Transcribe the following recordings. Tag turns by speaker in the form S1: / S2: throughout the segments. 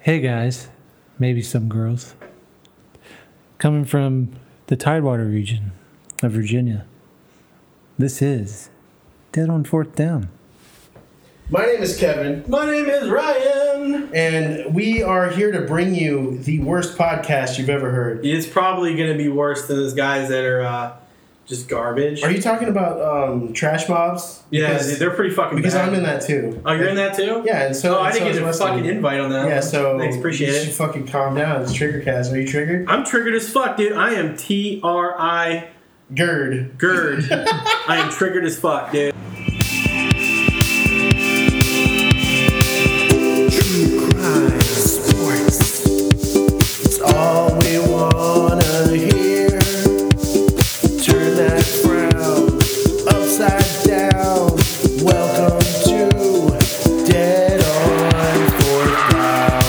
S1: Hey guys, maybe some girls. Coming from the Tidewater region of Virginia, this is Dead on Fourth Down.
S2: My name is Kevin,
S3: My name is Ryan.
S2: and we are here to bring you the worst podcast you've ever heard.
S3: It's probably going to be worse than those guys that are uh, just garbage.
S2: Are you talking about um, trash mobs?
S3: yeah,
S2: because,
S3: dude, they're pretty fucking
S2: because
S3: bad.
S2: I'm in that too.
S3: Oh, you're in that too?
S2: Yeah, and so
S3: So I
S2: and so
S3: didn't
S2: is
S3: get a
S2: Wesley.
S3: fucking invite on that.
S2: Yeah,
S3: one.
S2: so
S3: Thanks, appreciate
S2: you should
S3: it.
S2: fucking calm down. It's Trigger Cast. Are you triggered?
S3: I'm triggered as fuck, dude. I am T R I
S2: Gerd.
S3: GERD. I am triggered as fuck, dude.
S4: True crime, sports. It's all we wanna hear. Turn that frown upside down. Welcome to Dead on Fourth Down.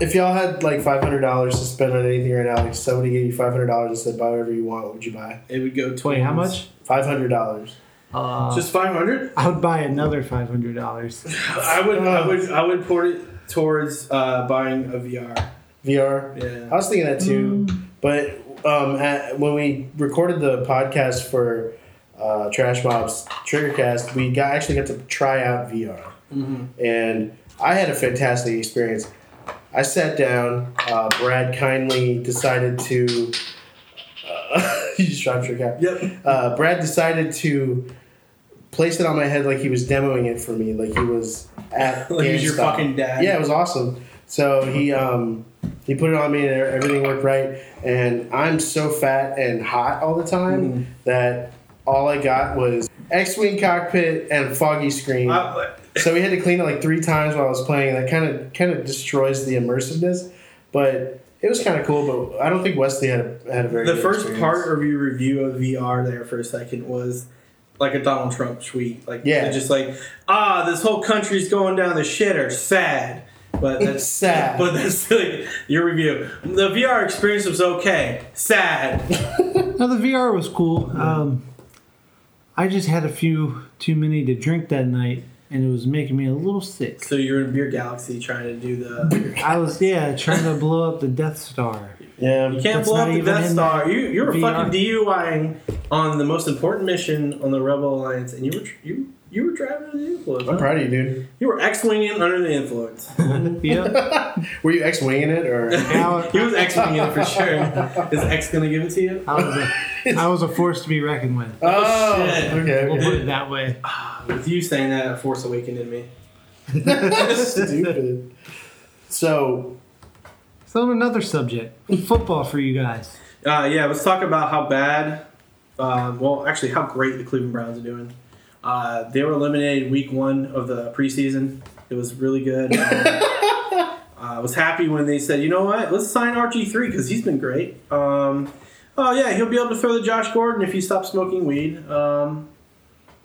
S2: If y'all had like five hundred dollars to spend on anything right now, like somebody gave you five hundred dollars and said buy whatever you want, what would you buy?
S3: It would go 20.
S5: Wait, how much?
S2: Five hundred dollars.
S5: Uh,
S3: Just 500?
S5: I would buy another five hundred dollars.
S3: I would, I
S2: uh,
S3: would, I would port it towards uh, buying a VR.
S2: VR. I
S3: Yeah.
S2: was thinking that too, but um, at, when we recorded the podcast for uh, Trash Mob's Triggercast, we got actually got to try out VR,
S3: Mm-hmm.
S2: and I had a fantastic experience. I sat down. Uh, Brad kindly decided to. Uh, you just dropped your cap.
S3: Yep.
S2: Uh, Brad decided to place it on my head like he was demoing it for me, like he was at
S3: Like he was your
S2: GameStop.
S3: fucking dad.
S2: Yeah, it was awesome. So he um, he put it on me, and everything worked right. And I'm so fat and hot all the time
S3: Mm-hmm.
S2: that all I got was X-wing cockpit and foggy screen.
S3: I,
S2: so we had to clean it like three times while I was playing, and that kind of kind of destroys the immersiveness. But it was kind of cool. But I don't think Wesley had a, had a very
S3: the
S2: good
S3: first
S2: experience.
S3: part of your review of VR there for a second was like a Donald Trump tweet, like
S2: Yeah.
S3: they're just like ah, this whole country's going down the shitter, sad. But that's
S2: Sad.
S3: But that's like your review. The VR experience was okay, sad.
S5: No, the VR was cool. Um, I just had a few too many to drink that night, and it was making me a little sick.
S3: So you're in Beer Galaxy trying to do the.
S5: I was yeah trying to blow up the Death Star.
S2: yeah,
S3: You can't
S5: That's
S3: blow
S5: not
S3: up the
S5: even
S3: Death
S5: in
S3: Star. You you were
S5: VR.
S3: fucking DUIing on the most important mission on the Rebel Alliance, and you were tr- you you were driving under the influence.
S2: I'm
S3: huh?
S2: proud of you, dude.
S3: You were X-winging under the influence.
S5: yep.
S2: Were you X-winging it or?
S5: Now-
S3: he was X-winging it for sure. Is X gonna give it to you?
S5: I was a, I was a force to be reckoned with.
S2: Oh,
S3: shit.
S2: okay.
S5: We'll
S2: okay.
S5: put it that way.
S3: Ah, With you saying that, it Force Awakened in me.
S2: Stupid. So
S5: So on another subject, football for you guys.
S3: Uh, yeah, let's talk about how bad, um, well, actually, how great the Cleveland Browns are doing. Uh, they were eliminated week one of the preseason. It was really good. Um, I was happy when they said, you know what, let's sign RG3 because he's been great. Um, oh, yeah, he'll be able to throw the Josh Gordon if he stops smoking weed. Um,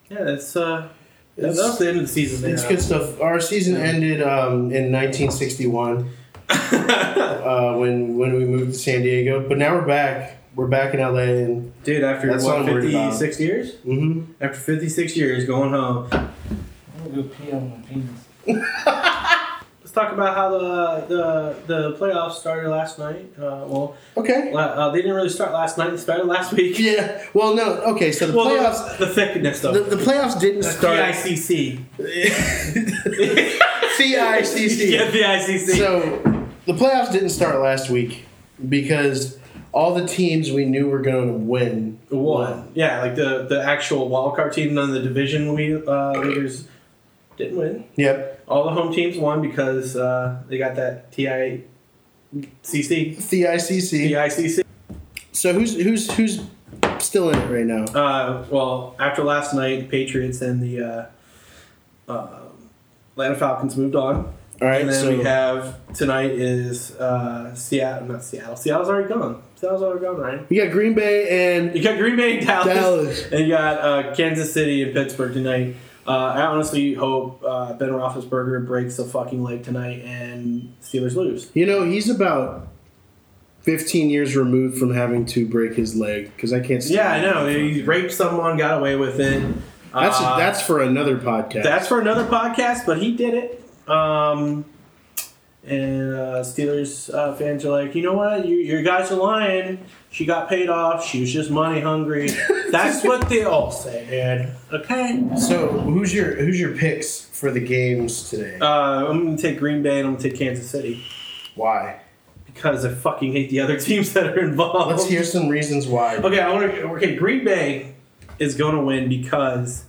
S3: yeah, that's, uh,
S2: It's-
S3: that's the end of the season.
S2: it's
S3: man.
S2: good stuff. Our season ended um, in 1961 uh, when when we moved to San Diego, but now we're back. We're back in LA, and
S3: Dude, after
S2: That's what
S3: what,
S2: I'm worried about.
S3: 56 years?
S2: mhm.
S3: After 56 years going home. Let's talk about how the the, the playoffs started last night. Uh, well,
S2: okay,
S3: la- uh, they didn't really start last night. They started last week.
S2: yeah. Well, no, okay. So the
S3: well,
S2: playoffs,
S3: the thickness though.
S2: the, the playoffs didn't
S3: The
S2: start.
S3: PICC.
S2: CICC.
S3: Yeah, the ICC.
S2: So the playoffs didn't start last week because all the teams we knew were going to win
S3: One. Yeah, like the, the actual wildcard team, none of the division we, uh, leaders didn't win.
S2: Yep,
S3: All the home teams won because uh, they got that TICC.
S2: CICC.
S3: The ICC.
S2: So who's who's who's still in it right now?
S3: Uh, well, after last night, Patriots and the uh, uh, Atlanta Falcons moved on.
S2: All right,
S3: and then
S2: so
S3: we have tonight is uh, Seattle, not Seattle. Seattle's already gone. Seattle's already gone, right?
S2: we got Green Bay and
S3: You got Green Bay, and Dallas,
S2: Dallas.
S3: and you got uh, Kansas City and Pittsburgh tonight. Uh, I honestly hope uh, Ben Roethlisberger breaks the fucking leg tonight and Steelers lose.
S2: you know he's about 15 years removed from having to break his leg because I can't.
S3: Yeah,
S2: stand
S3: I know. He raped someone, got away with it.
S2: That's
S3: Uh,
S2: that's for another podcast.
S3: That's for another podcast, but he did it. Um, and uh, Steelers uh, fans are like, you know what? You, your guys are lying. She got paid off. She was just money hungry. That's what they all say, man. Okay.
S2: so who's your who's your picks for the games today?
S3: Uh, I'm going to take Green Bay and I'm going to take Kansas City
S2: Why?
S3: because I fucking hate the other teams that are involved.
S2: Let's hear some reasons why.
S3: Okay, I want to. Okay, Green Bay is going to win because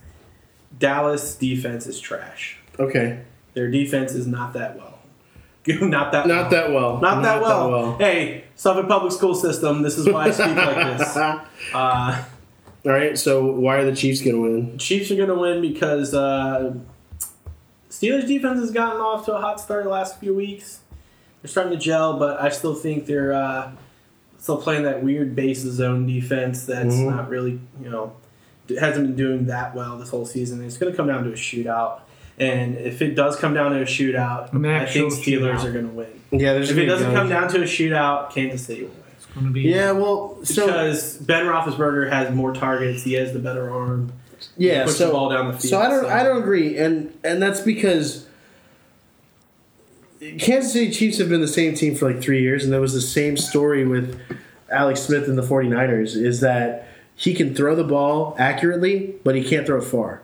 S3: Dallas defense is trash.
S2: Okay.
S3: Their defense is not that well. not that. well.
S2: Not that well.
S3: Not, that, well. Hey, Suffolk Public School System. This is why I speak like this. Uh,
S2: All right. So why are the Chiefs going to win?
S3: Chiefs are going to win because uh, Steelers defense has gotten off to a hot start the last few weeks. They're starting to gel, but I still think they're uh, still playing that weird base zone defense that's
S2: Mhm.
S3: not really, you know, d- hasn't been doing that well this whole season. It's going to come down to a shootout. And if it does come down to a shootout,
S5: An
S3: I
S5: actual
S3: think Steelers
S5: shootout.
S3: are going to win.
S2: Yeah. There's.
S3: If it doesn't come down to a shootout, Kansas City will win.
S5: It's going to be
S2: Yeah. Well. So
S3: because Ben Roethlisberger has more targets, he has the better arm. He
S2: yeah.
S3: can push the
S2: So
S3: ball down the field.
S2: so I don't I don't agree, and and that's because. Kansas City Chiefs have been the same team for like three years, and that was the same story with Alex Smith and the 49ers is that he can throw the ball accurately, but he can't throw it far.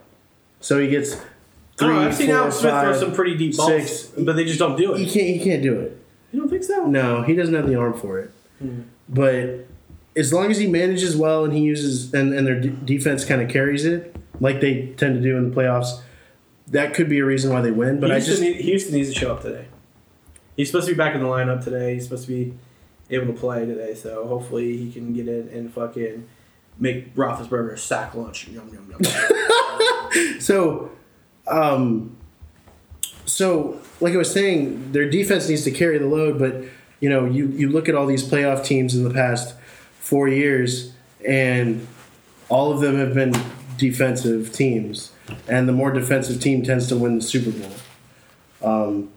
S2: So he gets
S3: I
S2: three,
S3: don't know, Oh, I've seen
S2: four,
S3: Alex Smith throw
S2: five-
S3: some pretty deep balls,
S2: six.
S3: but they just don't do
S2: He
S3: it.
S2: can't, he can't do it.
S3: You don't think so?
S2: No, he doesn't have the arm for it.
S3: Hmm.
S2: But as long as he manages well and he uses and, and their d- defense kind of carries it, like they tend to do in the playoffs, that could be a reason why they win. But I
S3: Houston,
S2: just
S3: need- Houston needs to show up today. He's supposed to be back in the lineup today. He's supposed to be able to play today, so hopefully he can get in and fucking make Roethlisberger a sack lunch. Yum yum yum.
S2: so, um, so like I was saying, their defense needs to carry the load. But you know, you you look at all these playoff teams in the past four years, and all of them have been defensive teams, and the more defensive team tends to win the Super Bowl. Um,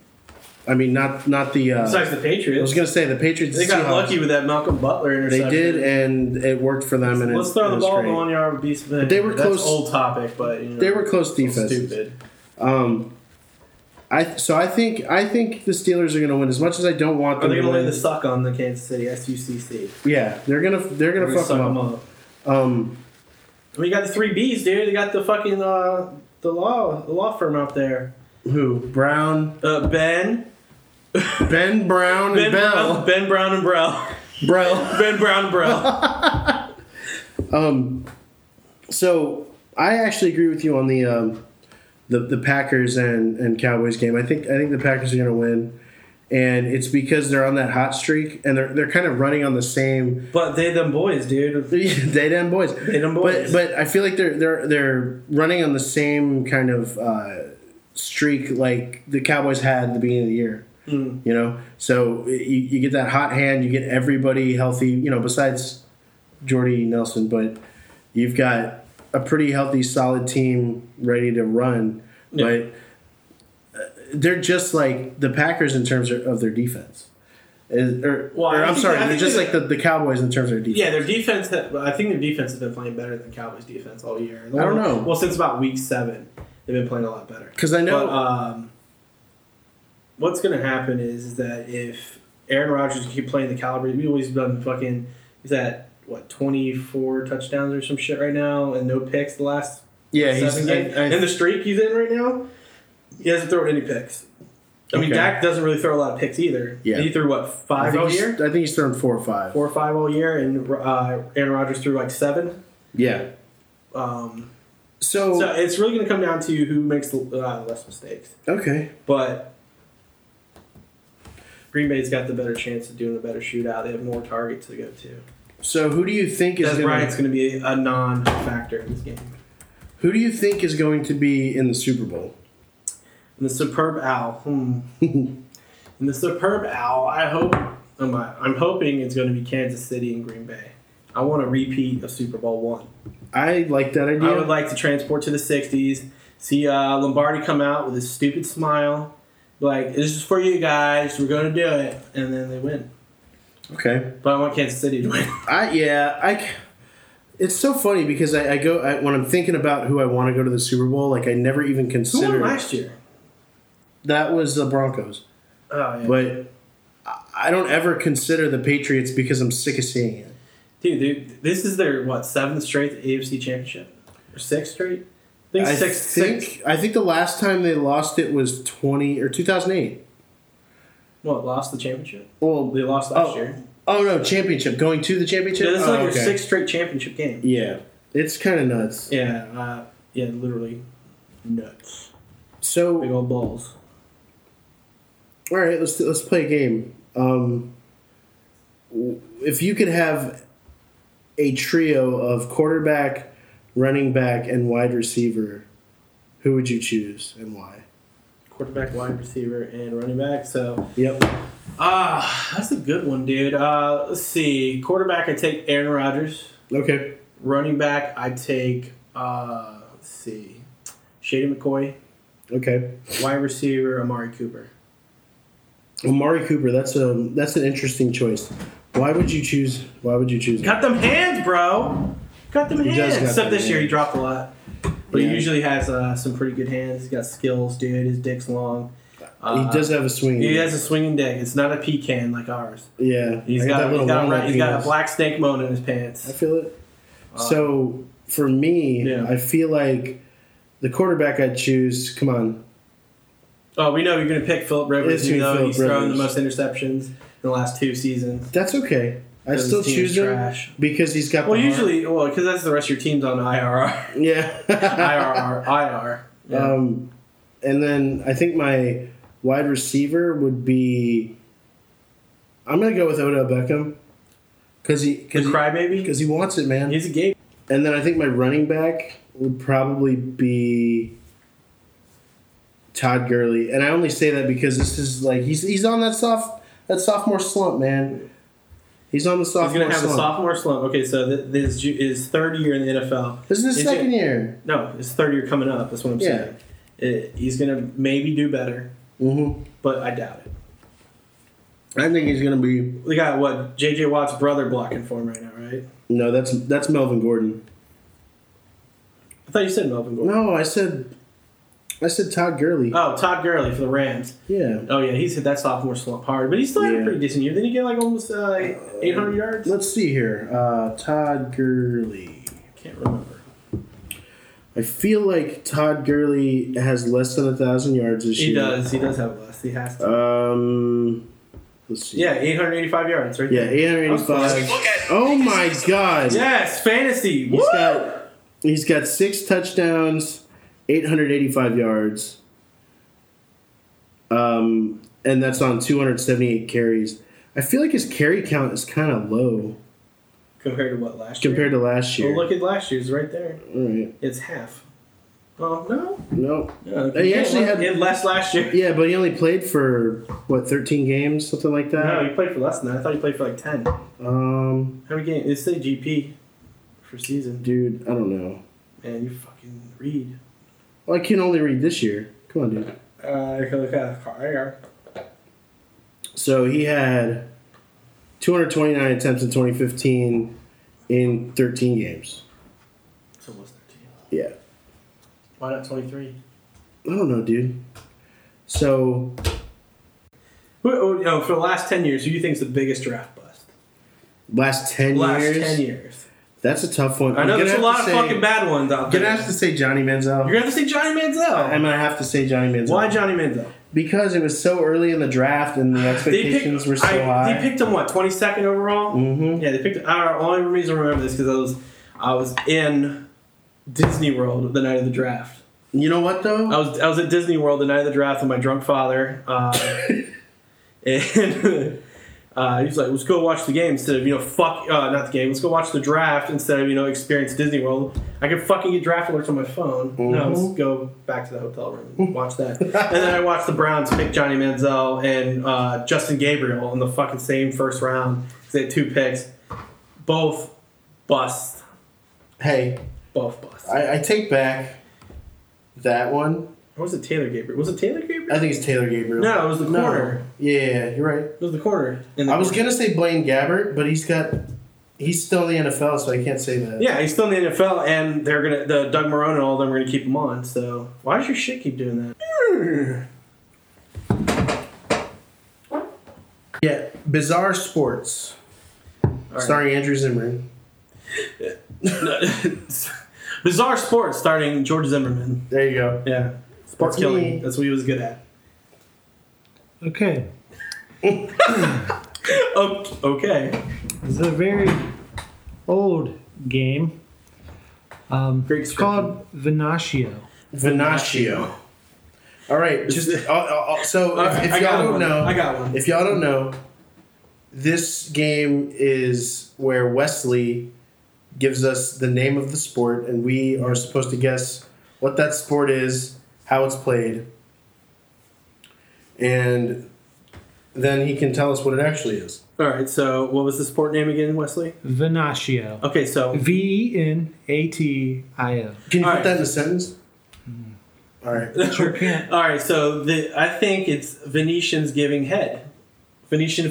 S2: I mean, not not the. Uh,
S3: Besides
S2: I
S3: the
S2: was
S3: Patriots,
S2: gonna say the Patriots.
S3: they got
S2: Seahawks,
S3: lucky with that Malcolm Butler
S2: They
S3: interception.
S2: did, and it worked for them. And
S3: Let's
S2: it,
S3: throw
S2: it
S3: the
S2: was
S3: ball
S2: great.
S3: on the yard, be Smith.
S2: They were
S3: That's
S2: close-
S3: Old topic, but you know,
S2: They were close
S3: it's
S2: defenses.
S3: Stupid.
S2: Um, I so I think I think the Steelers are going to win as much as I don't want
S3: Are
S2: them
S3: they
S2: to
S3: gonna lay
S2: win.
S3: the suck on the Kansas City SUCC?
S2: yeah, they're gonna they're gonna
S3: They're gonna
S2: fuck
S3: suck
S2: them
S3: them
S2: up.
S3: up.
S2: Um,
S3: We got the three Bs, dude. They got the fucking uh, the law the law firm out there.
S2: who Brown,
S3: Uh, ben
S2: Ben Brown,
S3: Ben
S2: and
S3: Brown,
S2: Bell,
S3: Ben Brown and Brell.
S2: Brell.
S3: Ben Brown and Brell.
S2: Um, so I actually agree with you on the um, the the Packers and and Cowboys game. I think I think the Packers are going to win. And it's because they're on that hot streak, and they're they're kind of running on the same
S3: but they them boys, dude.
S2: they them boys.
S3: They them boys.
S2: But but I feel like they're they're they're running on the same kind of uh, streak like the Cowboys had at the beginning of the year.
S3: Hmm.
S2: You know, so you, you get that hot hand, you get everybody healthy. You know, besides Jordy Nelson, but you've got a pretty healthy, solid team ready to run.
S3: Yeah.
S2: But uh, they're just like the Packers in terms of, of their defense. Is- or,
S3: Well, I
S2: or I'm
S3: think-
S2: sorry,
S3: I
S2: they're
S3: think
S2: just
S3: they-
S2: like the, the Cowboys in terms of their defense.
S3: yeah, their defense. ha- I think their defense has been playing better than Cowboys defense all year.
S2: I don't know.
S3: Well, since about week seven, they've been playing a lot better.
S2: Because I know
S3: But um, what's going to happen is, is that if Aaron Rodgers can keep playing the caliber, we always done fucking is that what twenty four touchdowns or some shit right now, and no picks the last
S2: Yeah,
S3: seven
S2: he's
S3: games,
S2: I, I,
S3: and the streak he's in right now, he hasn't thrown any picks. I mean,
S2: Okay.
S3: Dak doesn't really throw a lot of picks either.
S2: Yeah.
S3: he threw what
S2: I
S3: five
S2: think
S3: all
S2: he's-
S3: year,
S2: I think he's thrown four or five.
S3: four or five all year, and uh, Aaron Rodgers threw like seven.
S2: Yeah.
S3: Um,
S2: So,
S3: so it's really going to come down to who makes the uh, less mistakes.
S2: okay,
S3: But Green Bay's got the better chance of doing a better shootout. They have more targets to go to.
S2: so who do you think is
S3: Des
S2: going
S3: Bryant's
S2: to
S3: going to be a non-factor in this game.
S2: who do you think is going to be in the Super Bowl?
S3: And the superb owl. Hmm. and the superb owl. I hope. I'm, I'm hoping it's going to be Kansas City and Green Bay. I want a repeat of Super Bowl one.
S2: I like that idea.
S3: I would like to transport to the '60s. See uh, Lombardi come out with his stupid smile, like "This is for you guys. We're going to do it," and then they win.
S2: okay,
S3: But I want Kansas City to win.
S2: I yeah, I c- It's so funny because I, I go I, when I'm thinking about who I want to go to the Super Bowl. Like I never even
S3: Who won
S2: considered
S3: last year?
S2: that was the Broncos,
S3: Oh yeah,
S2: but I- I don't ever consider the Patriots because I'm sick of seeing it.
S3: dude, dude, this is their what seventh straight AFC championship or sixth straight? I think
S2: I
S3: sixth.
S2: think
S3: sixth.
S2: I think the last time they lost it was 20 or 2008.
S3: Well, lost the championship.
S2: Well,
S3: They lost last
S2: oh,
S3: year.
S2: Oh no, championship going to the championship.
S3: Yeah, this is
S2: Oh,
S3: like their
S2: okay.
S3: sixth straight championship game.
S2: Yeah, it's kind of nuts.
S3: Yeah, uh, yeah, literally nuts.
S2: So
S3: Big old balls.
S2: All right, let's let's play a game. Um, w- if you could have a trio of quarterback, running back, and wide receiver, who would you choose and why?
S3: Quarterback, wide receiver, and running back. So
S2: Yep.
S3: ah, that's a good one, dude. Uh, let's see. Quarterback, I take Aaron Rodgers.
S2: Okay.
S3: Running back, I take uh, let's see, Shady McCoy.
S2: Okay.
S3: Wide receiver, Amari Cooper.
S2: Amari Cooper. That's a that's an interesting choice. Why would you choose? Why would you choose? him?
S3: Got them hands, bro. Got them
S2: He does
S3: hands.
S2: got them
S3: Except this year, he
S2: hands.
S3: dropped a lot. But
S2: Yeah.
S3: he usually has uh, some pretty good hands. He's got skills, dude. His dick's long. Uh,
S2: he does have a swing.
S3: He has a swinging dick. It's not a pecan like ours.
S2: Yeah.
S3: He's
S2: I
S3: got,
S2: that
S3: he's,
S2: little
S3: got a,
S2: walnut
S3: red- he's got a
S2: penis.
S3: black snake moan in his
S2: I
S3: pants. Uh,
S2: feel it. so for me,
S3: Yeah.
S2: I feel like the quarterback I'd choose. Come on,
S3: Oh, we know you're going to pick Philip Rivers,
S2: It's
S3: even
S2: gonna
S3: though
S2: be
S3: he's
S2: Phillip
S3: thrown the
S2: Rivers.
S3: most interceptions in the last two seasons.
S2: That's okay. I
S3: Because his
S2: still
S3: team
S2: choose
S3: is
S2: him
S3: trash.
S2: because he's got.
S3: Well,
S2: the heart.
S3: usually, well, because that's the rest of your team's on IRR.
S2: yeah.
S3: IRR. IR. Yeah.
S2: um, and then I think my wide receiver would be. I'm gonna go with Odell Beckham, because he
S3: the
S2: because
S3: crybaby?
S2: he, wants it, man.
S3: He's a gay.
S2: And then I think my running back would probably be. Todd Gurley, and I only say that because this is like he's he's on that soft that sophomore slump, man. He's on the
S3: He's
S2: sophomore
S3: going to have a
S2: slump.
S3: sophomore slump. Okay, so th- this ju- is third year in the NFL.
S2: this is his
S3: He's
S2: second
S3: gonna-
S2: year.
S3: No, his third year coming up. That's what I'm
S2: Yeah.
S3: saying. It, he's going to maybe do better,
S2: hmm
S3: but I doubt it.
S2: I think he's gonna be
S3: We got what J.J. Watt's brother blocking for him right now, right?
S2: No, that's that's Melvin Gordon.
S3: I thought you said Melvin Gordon.
S2: No, I said I said Todd Gurley.
S3: Oh, Todd Gurley for the Rams.
S2: yeah.
S3: Oh yeah, he's hit that sophomore slump hard, but he's still had a
S2: Yeah.
S3: pretty decent year. Didn't he get like almost uh, 800 yards?
S2: Let's see here. Uh, Todd Gurley.
S3: Can't remember.
S2: I feel like Todd Gurley has less than a thousand yards this
S3: He
S2: year.
S3: does. He does have less. He has
S2: Uh,
S3: to.
S2: Um, let's see.
S3: Yeah, 885 yards, right?
S2: Yeah,
S3: there.
S2: eight hundred eighty-five.
S4: Look at
S2: Oh my God.
S3: Yes, fantasy.
S2: He's
S3: Woo!
S2: got he's got six touchdowns, eight hundred eighty-five yards. Um, and that's on two hundred seventy-eight carries. I feel like his carry count is kind of low
S3: compared to what last year?
S2: compared to last year.
S3: Well, look at last year's right there.
S2: All right.
S3: It's half. Oh no.
S2: No.
S3: Yeah,
S2: He actually had-
S3: he had less last year.
S2: Yeah, but he only played for what thirteen games, something like
S3: No,
S2: that.
S3: he played for less than that. I thought he played for like 10. How
S2: Um,
S3: many games? It said GP for season.
S2: dude, I don't know.
S3: Man, you fucking read.
S2: Well, I can only read this year. Come on, dude.
S3: Uh, I can look at the car. There you are.
S2: So he had two hundred twenty-nine attempts in twenty fifteen in thirteen games.
S3: It's almost 13.
S2: Yeah.
S3: Why not 23?
S2: I don't know, dude. So
S3: Oh, no, for the last 10 years, who do you think's the biggest draft bust?
S2: last ten
S3: last
S2: years,
S3: 10 years.
S2: that's a tough one.
S3: I
S2: I'm
S3: know
S2: gonna
S3: there's a
S2: have
S3: lot
S2: to
S3: of
S2: say-
S3: fucking bad ones out
S2: I'm
S3: there.
S2: gonna have to say Johnny Manziel.
S3: You're going to have to say Johnny Manziel.
S2: I'm gonna have to say Johnny Manziel.
S3: Why Johnny Manziel?
S2: Because it was so early in the draft and the expectations were so
S3: I-
S2: high.
S3: They picked him, what, 22nd overall?
S2: Mhm.
S3: Yeah, they picked I don't, Only reason I remember this because I was, I was in Disney World the night of the draft.
S2: you know what though?
S3: I was I was at Disney World the night of the draft with my drunk father, uh, and uh, he was like, "Let's go watch the game instead of you know fuck uh, not the game. Let's go watch the draft instead of you know experience Disney World. I could fucking get draft alerts on my phone. No, let's go back to the hotel room and watch that. and then I watched the Browns pick Johnny Manziel and uh, Justin Gabriel in the fucking same first round. They had two picks, both bust,
S2: hey,
S3: both bust.
S2: I, I take back that one.
S3: Or was it Taylor Gabriel? Was it Taylor Gabriel?
S2: I think it's Taylor Gabriel.
S3: No, it was the corner.
S2: Yeah, you're right.
S3: It was the corner. In the
S2: I was
S3: corner.
S2: gonna say Blaine Gabbert, but he's got he's still in the NFL, so I can't say that.
S3: Yeah, he's still in the NFL, and they're gonna the Doug Marone and all of them are gonna keep him on. So why does your shit keep doing that?
S2: Yeah, Bizarre Sports,
S3: All right.
S2: starring Andrew Zimmerman.
S3: Bizarre sports starting George Zimmerman.
S2: There you go.
S3: Yeah, sports
S2: That's
S3: killing.
S2: me.
S3: That's what he was good at.
S5: Okay.
S3: Oh, okay,
S5: It's a very old game. Um,
S3: Great
S5: it's called Venatio.
S2: Venatio. All right, just uh, uh, uh, so
S3: All
S2: if,
S3: right,
S2: if
S3: I
S2: y'all
S3: got
S2: don't
S3: one.
S2: know,
S3: I got one.
S2: If y'all don't know, this game is where Wesley gives us the name of the sport, and we are supposed to guess what that sport is, how it's played, and then he can tell us what it actually is.
S3: all right. So what was the sport name again, Wesley?
S5: Venatio.
S3: Okay, so
S5: V E N A T I O.
S2: Can you
S3: All
S2: put
S3: right. Hmm.
S2: that in a sentence? All right.
S5: Sure can.
S3: All right, so the I think it's Venetians giving head. Venetian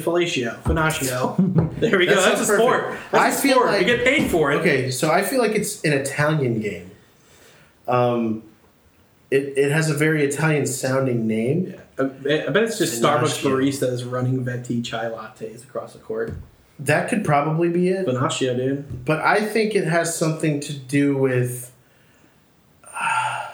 S3: fellatio, Venatio. There we go.
S2: That
S3: That's a
S2: sounds
S3: sport.
S2: perfect.
S3: That's a
S2: I feel
S3: sport.
S2: like-
S3: you get paid for it.
S2: Okay, so I feel like it's an Italian game. Um, it, it has a very Italian sounding name.
S3: Yeah. I, I bet it's just Starbucks
S2: Venatio.
S3: baristas running venti chai lattes across the court.
S2: That could probably be it,
S3: Venatio, dude.
S2: but I think it has something to do with. I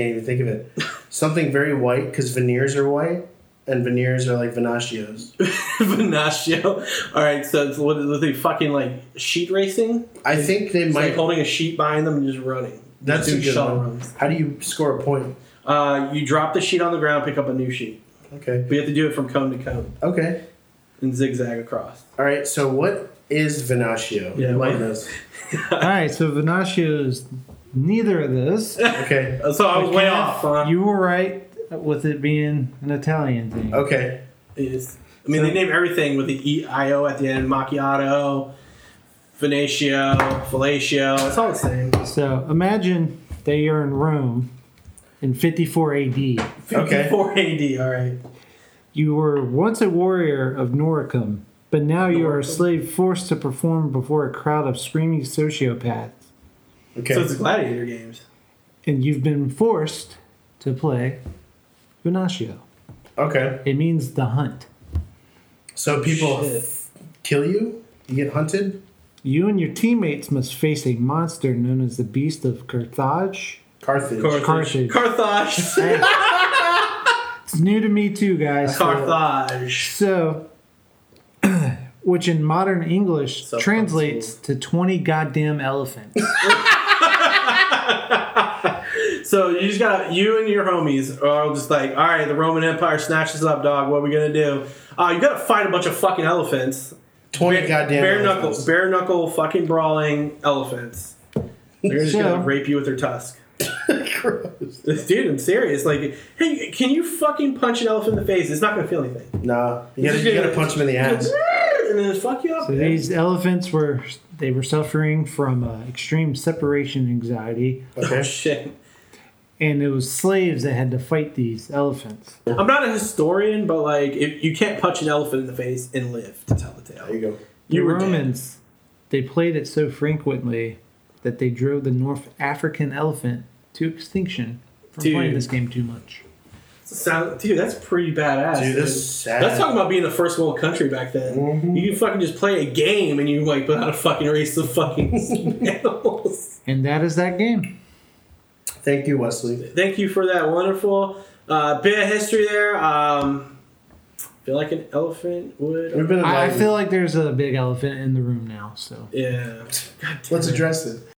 S2: can't even think of it. Something very white because veneers are white, and veneers are like Venatios.
S3: Venatio. All right, so it's what was they fucking like sheet racing?
S2: I think they
S3: It's like
S2: might.
S3: holding a sheet behind them and just running.
S2: That's
S3: just
S2: a
S3: do
S2: good
S3: shuttle
S2: one.
S3: runs.
S2: How do you score a point?
S3: Uh, you drop the sheet on the ground, pick up a new sheet.
S2: Okay.
S3: But you have to do it from cone to cone
S2: Okay.
S3: and zigzag across.
S2: All right. So what is Venatio?
S3: Yeah,
S2: Enlighten
S3: what-
S2: us.
S5: All right, so Venatio is neither of those.
S2: Okay.
S3: Uh, So I was way off. huh?
S5: You were right with it being an Italian thing.
S2: Okay.
S3: It's, I mean, they name everything with the E I O at the end. Macchiato, Venatio, Fellatio. It's all the same.
S5: So imagine they are in Rome in 54 AD.
S2: Okay.
S3: 54 AD. All right.
S5: You were once a warrior of Noricum, but now you are a slave forced to perform before a crowd of screaming sociopaths.
S2: Okay.
S3: So it's gladiator games.
S5: And you've been forced to play Venatio.
S2: Okay.
S5: It means the hunt.
S2: So people
S3: Shit.
S2: kill you? You get hunted?
S5: You and your teammates must face a monster known as the Beast of Carthage.
S2: Carthage.
S5: Carthage.
S3: Carthage.
S5: It's new to me too, guys.
S3: Carthage.
S5: So, which in modern English
S3: So
S5: translates to 20 goddamn elephants.
S3: So you just got you and your homies are all just like, all right, the Roman Empire snatches up, dog. What are we gonna do? Uh, you gotta fight a bunch of fucking elephants.
S2: 20 goddamn
S3: bare knuckle,
S2: elephants.
S3: bare knuckle, fucking brawling elephants. They're just
S5: So-
S3: gonna rape you with their tusk.
S2: Gross.
S3: Dude, I'm serious. Like, hey, can you fucking punch an elephant in the face? It's not gonna feel anything.
S2: Nah. You gotta, you gotta punch him in
S3: Oh,
S2: the ass.
S3: and then fuck you up.
S5: So
S3: man.
S5: these elephants were they were suffering from uh, extreme separation anxiety,
S3: Oh,
S2: Okay.
S3: shit.
S5: and it was slaves that had to fight these elephants.
S3: I'm not a historian, but like, if you can't punch an elephant in the face and live to tell the
S2: There
S3: tale.
S2: you go.
S5: The
S3: You were dead.
S5: Romans, they played it so frequently that they drove the North African elephant to extinction from
S3: Dude.
S5: playing this game too much.
S3: Sound, dude, that's pretty badass.
S2: Dude, that's sad. Mm-hmm.
S3: That's talking about being a first world country back then. You can fucking just play a game and you like put out a fucking race of fucking animals.
S5: And that is that game.
S2: Thank you, Wesley.
S3: Thank you for that wonderful uh, bit of history there. Um, feel like an elephant
S2: We've
S3: would.
S2: been
S5: I, I
S2: enlightened.
S5: feel like there's a big elephant in the room now, so.
S3: Yeah. God damn
S2: Let's
S3: it.
S2: address it.